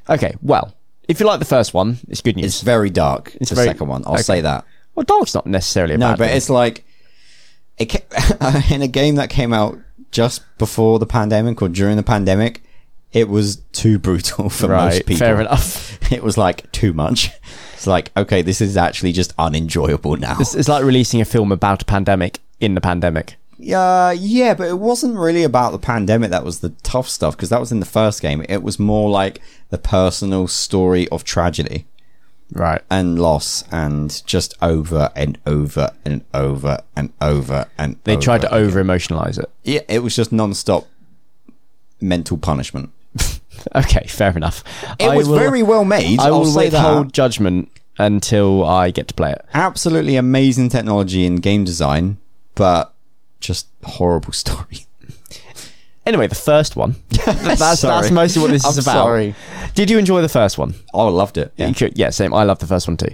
Okay, well, if you like the first one, it's good news. it's very dark. It's the very- second one. I'll okay. say that. well, dark's not necessarily a No, bad but thing. it's like it ca- (laughs) in a game that came out just before the pandemic or during the pandemic. It was too brutal for most people. fair enough. (laughs) It was like too much. It's like okay, this is actually just unenjoyable now. It's, it's like releasing a film about a pandemic in the pandemic. Yeah, yeah, but it wasn't really about the pandemic that was the tough stuff because that was in the first game. It was more like the personal story of tragedy Right. and loss and just over and over and over and over and They tried to over emotionalize it. Yeah, it was just non-stop mental punishment. Okay, fair enough. It was very well made. I I will will say withhold that. judgment until I get to play it. Absolutely amazing technology in game design, but just horrible (laughs) story. Anyway, the (laughs) first one. that's, Sorry. that's mostly what this is I'm about. sorry. Did you enjoy the first one? Oh, I loved it. You could- yeah, same. I love the first one too.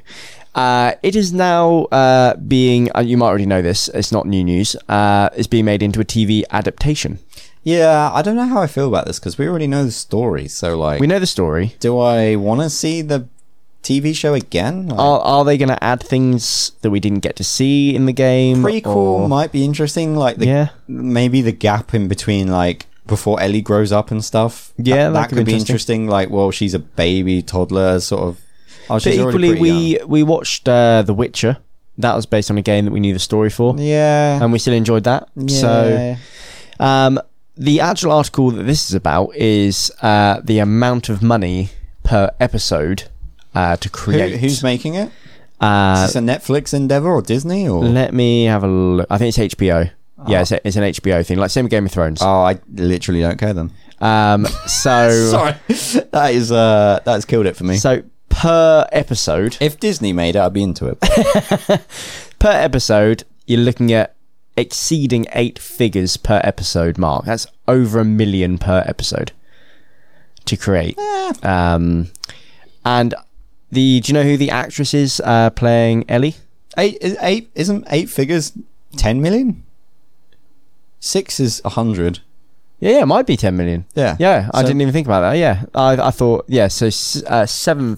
Uh, it is now uh, being, uh, you might already know this, it's not new news, uh, it's being made into a TV adaptation. Yeah, I don't know how I feel about this because we already know the story. So, like, We know the story. do I want to see the TV show again? Like, Are, are they going to add things that we didn't get to see in the game? prequel or- might be interesting. Like, the, Yeah. maybe the gap in between, like, before Ellie grows up and stuff. Yeah, that, that could, be interesting. Like, well, she's a baby toddler, sort of. Oh, But she's already equally, pretty young. we, we watched uh, The Witcher. That was based on a game that we knew the story for, yeah, and we still enjoyed that. So yeah. Um, the actual article that this is about is uh, the amount of money per episode uh, to Who, create. who's making it? Is uh, this a Netflix endeavor or Disney or? let me have a look. I think it's HBO. Yeah, it's, a, it's an HBO thing, like same with Game of Thrones. oh, I literally don't care then. Um, so, Oh. (laughs) Sorry, that is uh, that has killed it for me. so per episode, if Disney made it, I'd be into (laughs) it. per episode, you're looking at exceeding eight figures per episode mark. That's over a million per episode to create. Um, and the do you know who the actress is uh, playing Ellie? Eight is eight isn't eight figures ten million? Six is a hundred. Yeah, yeah, it might be ten million. Yeah. Yeah, I So- didn't even think about that. Yeah, I I thought yeah, so s- uh, seven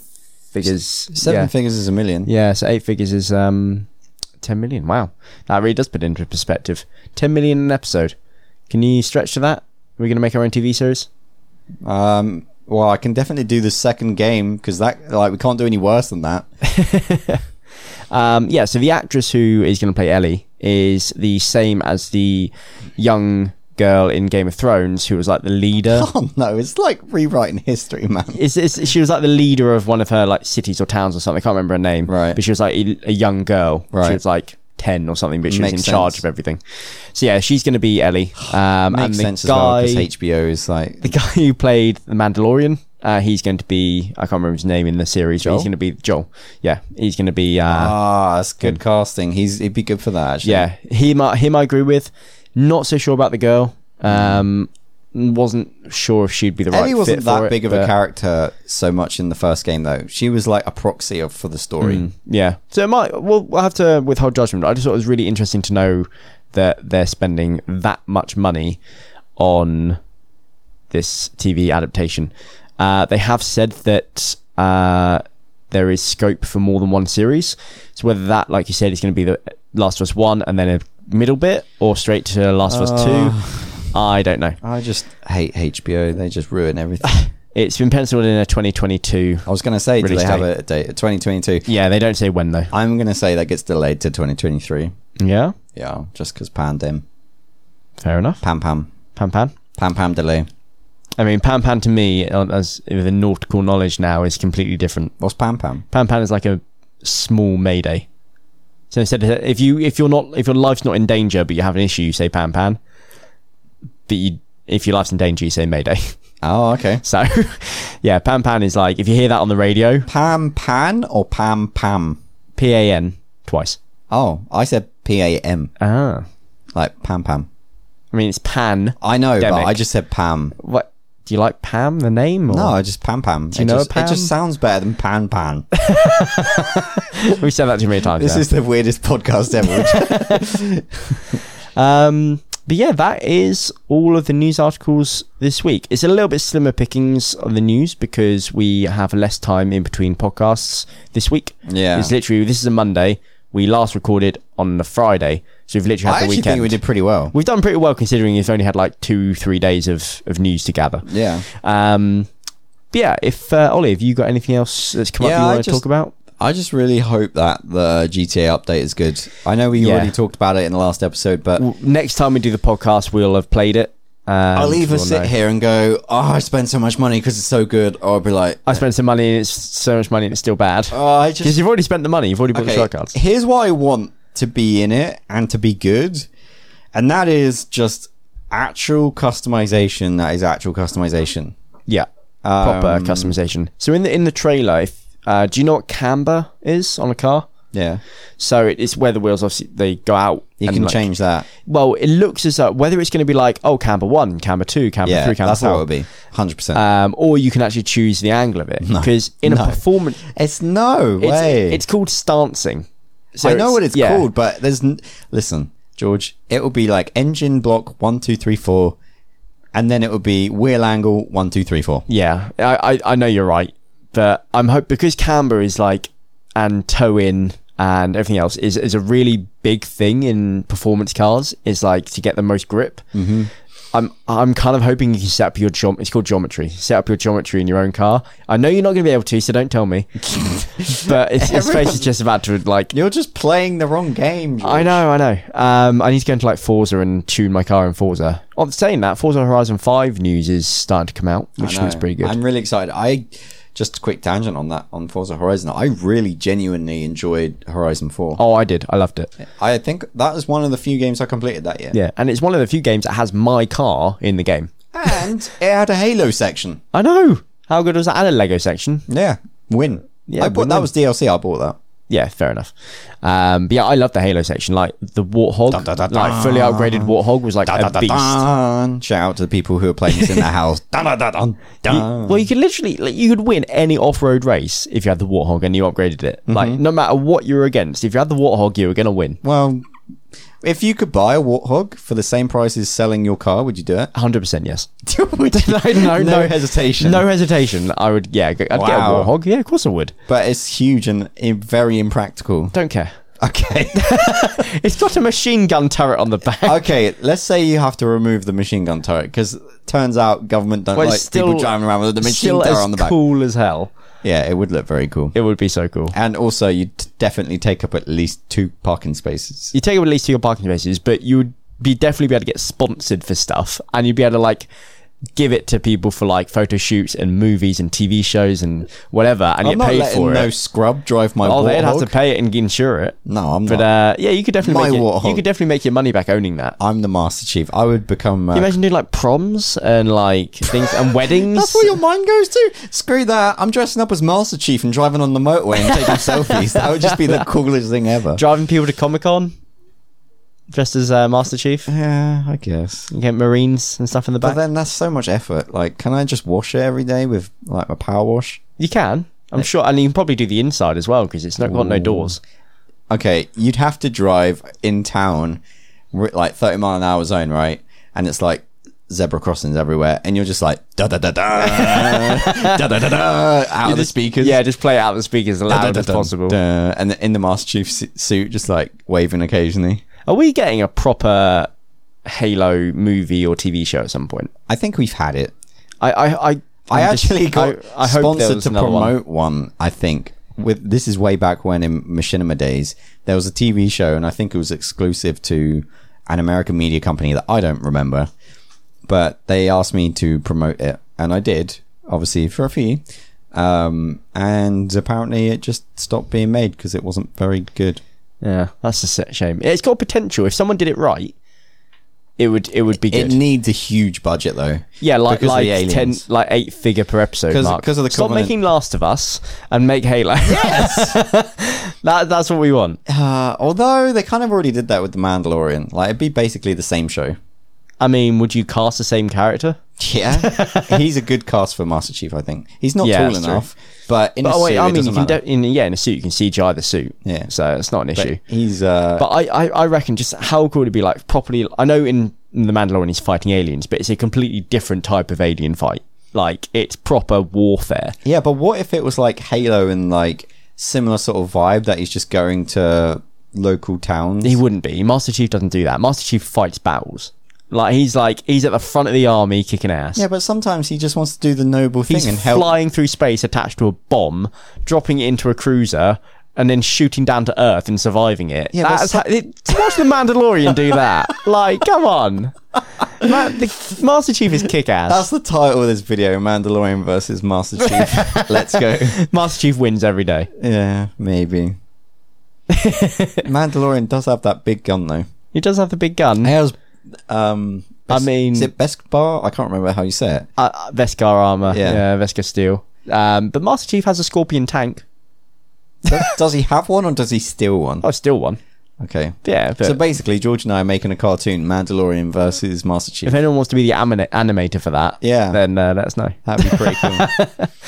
figures. Seven yeah. figures is a million. Yeah, so eight figures is um, ten million. Wow, that really does put it into perspective. Ten million an episode. Can you stretch to that? Are we going to make our own TV series? Um well I can definitely do the second game because that like we can't do any worse than that. Um, yeah, so the actress who is going to play Ellie is the same as the young girl in Game of Thrones who was like (laughs) the leader. Oh no, it's like rewriting history, man. Is is she was like the leader of one of her like cities or towns or something? I can't remember her name. Right. but she was like a, a young girl. Right. she was like ten or something, but she Makes was in charge sense. of everything. So yeah, she's going to be Ellie. Um, and Makes the sense guy, as well because HBO is like the guy who played the Mandalorian, uh, he's going to be I can't remember his name in the series. But Joel? he's going to be Joel. Yeah, he's going to be. Uh, Ah, that's good casting. He's he'd be good for that actually. yeah, him I- him I agree with. Not so sure about the girl. Um, wasn't sure if she'd be the right. Ellie fit wasn't for that it, big of but- a character so much in the first game though. She was like a proxy of for the story. Mm, yeah, so it might. We'll, we'll have to withhold judgment. I just thought it was really interesting to know that they're spending that much money on this TV adaptation. Uh, they have said that uh, there is scope for more than one series. So whether that, like you said, is going to be the Last of Us one and then a middle bit, or straight to Last of Us two, I don't know. I just hate HBO. They just ruin everything. (laughs) It's been penciled in a 2022. I was going to say, do Release they have date. a date? 2022. Yeah, they don't say when though. I'm going to say that gets delayed to 2023. Yeah, Yeah, just because Pandem. fair enough. Pam Pam. Pan pan. Pam Pam delay. I mean, Pan Pan to me, uh, as with the nautical knowledge now, is completely different. What's Pam Pam? Pan Pan is like a small mayday. So instead, of, if you if you're not if your life's not in danger but you have an issue, you say Pan Pan. But you, if your life's in danger, you say Mayday. (laughs) Oh, okay. So, (laughs) yeah, Pan Pan is like if you hear that on the radio, Pam Pan or Pam Pam? P A N twice. Oh, I said P A M, Ah, like Pam Pam. I mean it's Pan. I know, Demic. but I just said Pam. What do you like, Pam? The name? Or? No, I just Pam Pam. you it, know just, a Pam? it just sounds better than Pan Pan. (laughs) we've said that too many (laughs) times. this now. is the weirdest podcast (laughs) ever. Um, but yeah, that is all of the news articles this week. It's a little bit slimmer pickings on the news because we have less time in between podcasts this week. Yeah. It's literally, this is a Monday. We last recorded on a Friday. So we've literally I had the actually weekend. think we did pretty well. We've done pretty well considering it's only had like two, three days of, of news to gather. Yeah. Um, but yeah, if uh, Ollie, have you got anything else that's come up Yeah, you I want to just- talk about? I just really hope that the GTA update is good. I know we Yeah. already talked about it in the last episode, but W- Next time we do the podcast, we'll have played it. Um, I'll either we'll sit know. here and go, "Oh, I spent so much money because it's so good," or I'll be like, I spent some money and it's so much money and it's still bad. "Oh, I Because just you've already spent the money, you've already bought the okay." shark (laughs) cards. Here's what I want to be in it and to be good, and that is just actual customization. That is actual customization. Yeah. Proper Um, customization. So in the in the trailer, if, uh, do you know what camber is on a car? Yeah, So it, it's where the wheels obviously they go out. you and, can like- change that. Well, it looks as though whether it's going to be like oh camber one, camber two, camber Yeah, three, camber that's four, how it would be. Hundred percent. um, or you can actually choose the angle of it because (laughs) in No. a performance, It's no it's, way. it's called stancing. So I know what it's yeah. called, but there's n- listen, George. It will be like engine block one, two, three, four, and then it will be wheel angle one, two, three, four. Yeah, I, I, I know you're right, but I'm hope because camber is like and toe in and everything else is is a really big thing in performance cars. Is like to get the most grip. Mm-hmm. I'm I'm kind of hoping you can set up your geom. It's called geometry. Set up your geometry in your own car. I know you're not going to be able to, so don't tell (laughs) me. but it's, his face is just about to like. You're just playing the wrong game. George. I know, I know. Um, I need to go into like Forza and tune my car in Forza. On saying that, Forza Horizon Five news is starting to come out, which I know. looks pretty good. I'm really excited. I just a quick tangent on that on Forza Horizon. I really genuinely enjoyed Horizon Four. Oh, I did. I loved it. I think that is one of the few games I completed that year. Yeah, and it's one of the few games that has my car in the game. And it had a Halo section. I know. How good was that? And a Lego section. Yeah, win. Yeah, I bought that win-win. was DLC. I bought that. Yeah, fair enough. Um, but yeah, I love the Halo section. Like the Warthog, da, da, like fully upgraded Warthog was like a Dun, dun, beast. dun. Shout out to the people who are playing this in (laughs) their house. Dun, dun, dun, dun, dun. You- well, you could literally like, you could win any off-road race if you had the Warthog and you upgraded it. Like no matter what you were against, if you had the Warthog, you were gonna win. Well, if you could buy a warthog for the same price as selling your car, would you do it? Hundred percent, yes. Would you- (laughs) (laughs) no, no, hesitation. No hesitation. I would. Yeah, I'd get a Wow. Warthog. Yeah, of course I would. but it's huge and i- very impractical. Don't care. Okay, It's got a machine gun turret on the back. (laughs) okay. Let's say you have to remove the machine gun turret because turns out government don't Well, like it's still- people driving around with the machine Still turret as on the back. cool as hell. Yeah, it would look very cool. It would be so cool. And also, you'd definitely take up at least two parking spaces. you take up at least two parking spaces, but you would be definitely be able to get sponsored for stuff, and you'd be able to like give it to people for like photo shoots and movies and TV shows and whatever, and I'm get not paid letting for no it. scrub drive my Oh, they'd warthog. have to pay it and insure it. no, I'm But not. uh, yeah, you could definitely Oh. My make it, you Warthog. could definitely make your money back owning that. I'm the master chief. I would become. Uh, Imagine doing like proms and like things (laughs) and weddings. That's where your mind goes to. Screw that. I'm dressing up as Master Chief and driving on the motorway and taking selfies. That would just be the coolest thing ever. driving people to Comic Con, dressed as uh, (laughs) Master Chief. Yeah, I guess. You get Marines and stuff in the But back. then that's so much effort. Like, can I just wash it every day with like my power wash? you can. I'm sure, and you can probably do the inside as well because it's not got no doors. Okay, you'd have to drive in town, r- like 30 mile an hour zone, right? And it's like zebra crossings everywhere, and you're just like da da da da da da da da out of the speakers. Yeah, just play it out the speakers as loud as possible. Duh. And in the Master Chief su- suit, just like waving occasionally. Are we getting a proper Halo movie or TV show at some point? I think we've had it. I I I, I I'm just- actually got I, I hope there sponsored was to another one. promote one. I think with this is way back when in Machinima days there was a TV show, and I think it was exclusive to an American media company that I don't remember. but they asked me to promote it, and I did, obviously for a fee. Um, and apparently, it just stopped being made because it wasn't very good. Yeah, that's a set shame. It's got potential. If someone did it right, it would it would be It good. needs a huge budget, though. yeah, like because of like the ten, aliens. like eight figure per episode. 'Cause- mark. 'cause of the stop Covenant. making Last of Us and make Halo. Yes, (laughs) that, that's what we want. Uh, although they kind of already did that with the Mandalorian. Like it'd be basically the same show. I mean, would you cast the same character? Yeah, (laughs) he's a good cast for Master Chief. I think he's not Yeah, tall that's true. enough, but in a Oh wait, suit, I it mean, you doesn't can matter. de- in, yeah, in a suit you can CGI the suit. Yeah. so it's not an issue. he's uh, But I, I, I reckon just how cool it'd be like properly. I know in the Mandalorian he's fighting aliens, but it's a completely different type of alien fight. Like it's proper warfare. yeah. But what if it was like Halo and like similar sort of vibe that he's just going to local towns? He wouldn't be. Master Chief doesn't do that. Master Chief fights battles. Like he's like he's at the front of the army kicking ass. yeah, but sometimes he just wants to do the noble thing he's and help. flying through space attached to a bomb, dropping it into a cruiser, and then shooting down to Earth and surviving it. Yeah, Yeah, but that's so- how, it, watch the Mandalorian do that. (laughs) like, come on. Ma- the, Master Chief is kick ass. That's the title of this video: Mandalorian versus Master (laughs) Chief. Let's go. Master Chief wins every day. (laughs) Yeah, (laughs) maybe. Mandalorian does have that big gun though. He does have the big gun. How's um? I Bes- mean- is it Beskbar? I can't remember how you say it. Uh, Uh, Vescar armor. Yeah. Yeah. Vescar steel. Um, but Master Chief has a Scorpion tank. Does, (laughs) does he have one or does he steal one? Oh, still one. Okay. Yeah. But So basically, George and I are making a cartoon: Mandalorian versus Master if (laughs) Chief. anyone wants to be the anima- animator for that, Yeah. then uh, let us know. That'd be pretty (laughs) cool.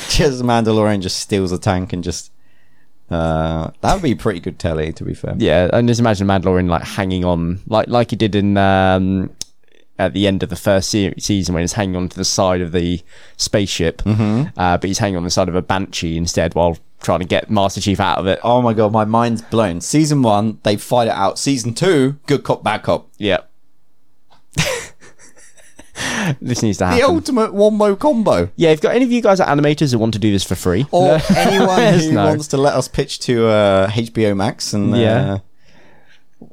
just Mandalorian just steals a tank and just. Uh, that would be pretty good telly, to be fair. Yeah, and just imagine Mandalorian like hanging on, like like he did in um, at the end of the first se- season when he's hanging on to the side of the spaceship, Mm-hmm. uh, but he's hanging on the side of a banshee instead while trying to get Master Chief out of it. Oh my god, my mind's blown. Season one, they fight it out. Season two, good cop, bad cop. Yeah, (laughs) this needs to The happen. ultimate one-mo combo. yeah, if got any of you guys are animators who want to do this for free, (laughs) Or anyone Yes, who no. wants to let us pitch to uh, HBO Max and uh, Yeah.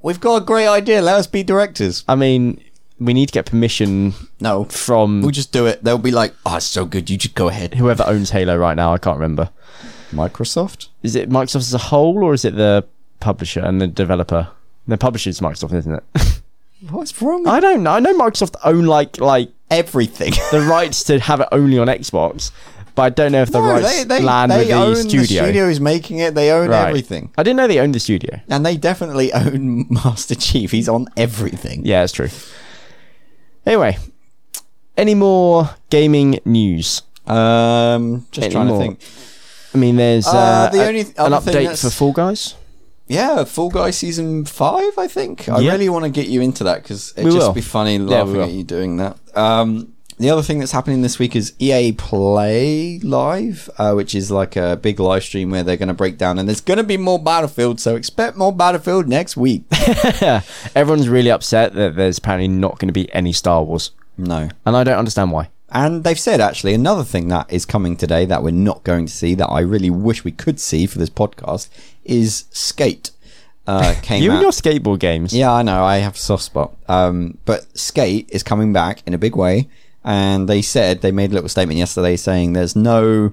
we've got a great idea. Let us be directors. I mean, we need to get permission No, from we'll just do it. They'll be like, "Oh, it's so good. You just go ahead." whoever owns Halo right now. I can't remember. Microsoft. is it Microsoft as a whole or is it the publisher and the developer? The publisher's Microsoft, isn't it? (laughs) What's wrong? with I don't know. I know Microsoft own like like everything. the rights to have it only on Xbox, but I don't know if (laughs) the rights land with the studio. who's making it. They own Right. everything, I didn't know they owned the studio. and they definitely (laughs) own Master Chief. He's on everything. Yeah, it's true. Anyway, any more gaming news? Um, just Any trying more? to think. I mean, there's uh, Uh, the a- only th- an other thing update that's- for Fall Guys. (laughs) Yeah, Fall Guy season five. I think I Yeah. really want to get you into that because it'd We just will. be funny we laughing will. at you doing that. Um, the other thing that's happening this week is EA Play Live, uh, which is like a big live stream where they're going to break down, and there's going to be more Battlefield. So expect more Battlefield next (laughs) week. Everyone's really upset that there's apparently not going to be any Star Wars, no. and I don't understand why. And they've said actually another thing that is coming today that we're not going to see that I really wish we could see for this podcast is Skate. (laughs) Uh, came You out. and your skateboard games. yeah, I know I have a soft spot. Um, but Skate is coming back in a big way, and they said they made a little statement yesterday saying there's no,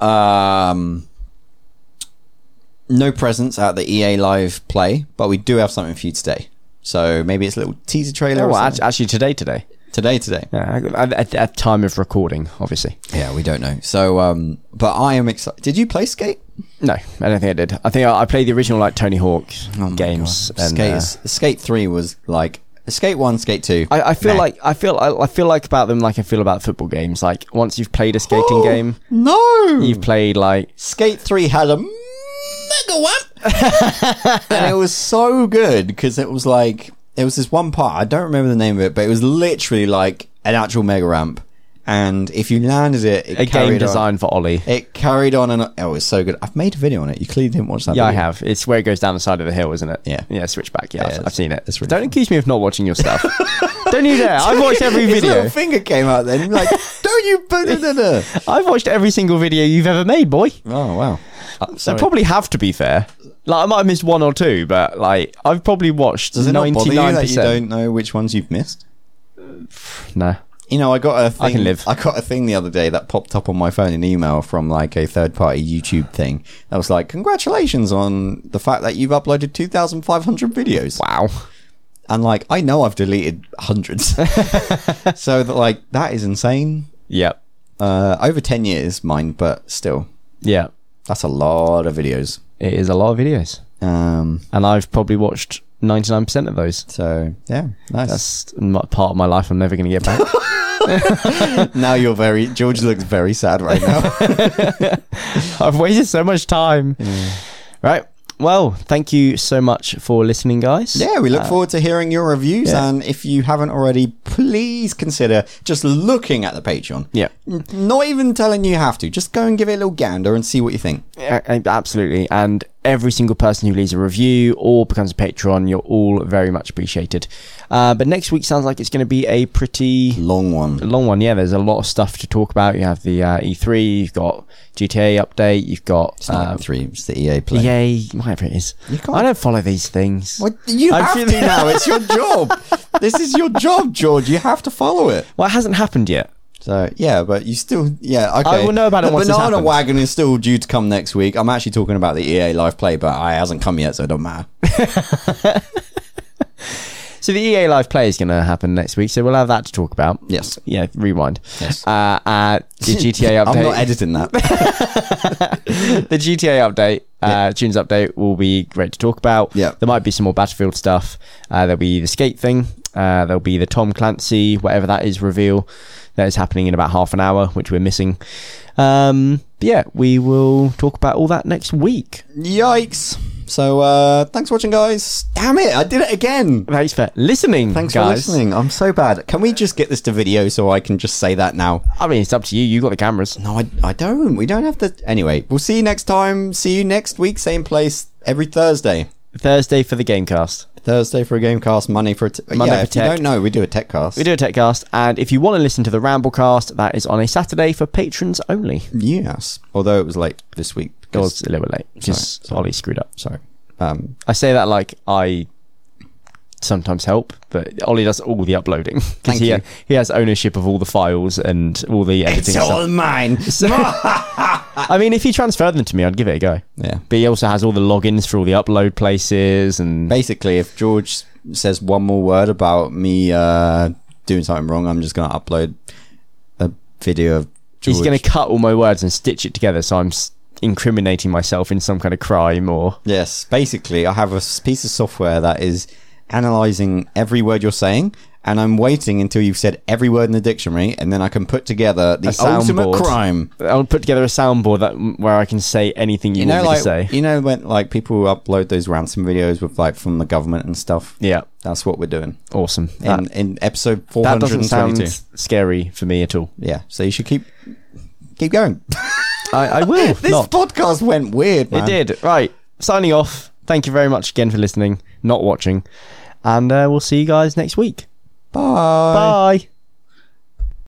um, no presence at the EA Live play, but we do have something for you today. So maybe it's a little teaser trailer Oh, or well, something. act- actually, today, today. today. Today, Yeah, at, at, at time of recording, obviously. Yeah, we don't know. So, um, but I am excited. Did you play Skate? No, I don't think I did. I think I, I played the original like Tony Hawk Oh games. And, Skate, uh, is- Skate Three was like Skate One, Skate Two. I, I feel Meh. like I feel I, I feel like about them like I feel about football games. Like once you've played a skating game, no, you've played like Skate Three had a mega one, (laughs) and it was so good because it was like it was this one part. I don't remember the name of it, but it was literally like an actual mega ramp. And if you landed it, it a game carried on- designed for Ollie. It carried on, and oh, it was so good. I've made a video on it. You clearly didn't watch that. Yeah, I video. (laughs) have. It's where it goes down the side of the hill, isn't it? Yeah. yeah. Switchback. Yeah, I've- it's- I've seen it. it's really don't fun. accuse me of not watching (laughs) your stuff. don't you dare! I've watched every His video. little finger came out then. Like, (laughs) don't you? (laughs) da-da-da-da." I've watched every single video you've ever made, boy. Oh wow! I Uh, probably have to be fair. Like I might have missed one or two, but like I've probably watched Does it not ninety bother you nine that you don't percent. know which ones you've missed? No. You know, I got a thing, can live. I got a thing the other day that popped up on my phone, an email from like a third party YouTube thing that was like, "Congratulations on the fact that you've uploaded 2,500 videos." Wow. And like, I know I've deleted (laughs) hundreds, so that like that is insane. Yep. Uh, over 10 years, mine, but still, Yeah. that's a lot of videos. It is a lot of videos, Um, and I've probably watched ninety nine percent of those. so yeah, nice. (laughs) That's m- part of my life I'm never going to get (laughs) back. now you're very George looks very sad right now. (laughs) I've wasted so much time. Right. Well, thank you so much for listening, guys. yeah, we look forward to hearing your reviews, Uh, yeah. and if you haven't already, please consider just looking at the Patreon. Yeah. N- Not even telling you have to. Just go and give it a little gander and see what you think. A- a- Absolutely. And every single person who leaves a review or becomes a patron, you're all very much appreciated. Uh, but next week sounds like it's going to be a pretty Long one. long one. Yeah, there's a lot of stuff to talk about. You have the uh, E3, you've got GTA update, you've got It's not uh, three. It's the EA play. EA, whatever it is. You can't- I don't follow these things. What, you I'm have feeling- (laughs) to now. It's your job. this is your job, George. You have to follow it. Well, it hasn't happened yet. So yeah, but you still yeah okay. will know about it The once this banana happens. wagon is still due to come next week. I'm actually talking about the EA live play, but it hasn't come yet, so it don't matter. So the EA Live Play is going to happen next week, so we'll have that to talk about. Yes. Yeah, rewind. Yes. Uh, uh, (laughs) the GTA update. I'm not editing that. the GTA update, uh, Tunes update will be great to talk about. Yeah. There might be some more Battlefield stuff. Uh, there'll be the skate thing. Uh, there'll be the Tom Clancy, whatever that is, reveal that is happening in about half an hour, which we're missing. Um, but yeah, we will talk about all that next week. Yikes. So uh thanks for watching guys. Damn it, I did it again. Thanks for listening. Thanks guys. for listening. I'm so bad. Can we just get this to video so I can just say that now? I mean, it's up to you. You got the cameras. No, I, I don't. We don't have to. Anyway, we'll see you next time. See you next week, same place every Thursday. Thursday for the Gamecast. Thursday for a Gamecast, Monday for a t- Monday yeah, for if you tech. don't know, we do a tech cast. We do a techcast, and if you want to listen to the Ramblecast, that is on a Saturday for patrons only. Yes. Although it was late this week. It Because, was a little bit late because Ollie screwed up. sorry. (laughs) Um, I say that like I sometimes help, but Ollie does all the uploading (laughs) because Thank he, you. he has ownership of all the files and all the editing. it's stuff. all mine. (laughs) I mean, if he transferred them to me, I'd give it a go. yeah. But he also has all the logins for all the upload places and Basically, if George says one more word about me uh, doing something wrong, I'm just going to upload a video of George. he's going to cut all my words and stitch it together. So I'm s- incriminating myself in some kind of crime or Yes, basically, I have a s- piece of software that is analyzing every word you're saying, and I'm waiting until you've said every word in the dictionary, and then I can put together the soundboard. ultimate crime. I'll put together a soundboard that where I can say anything you, You know, want me like to say. you know when like people upload those ransom videos with like from the government and stuff. Yeah, That's what we're doing awesome. in, That, in episode that doesn't 422. sound scary for me at all. Yeah, so you should keep keep going. I, I (laughs) will. This not. podcast went weird, man. It did. Right. Signing off. Thank you very much again for listening, not watching. And uh, we'll see you guys next week. Bye. Bye.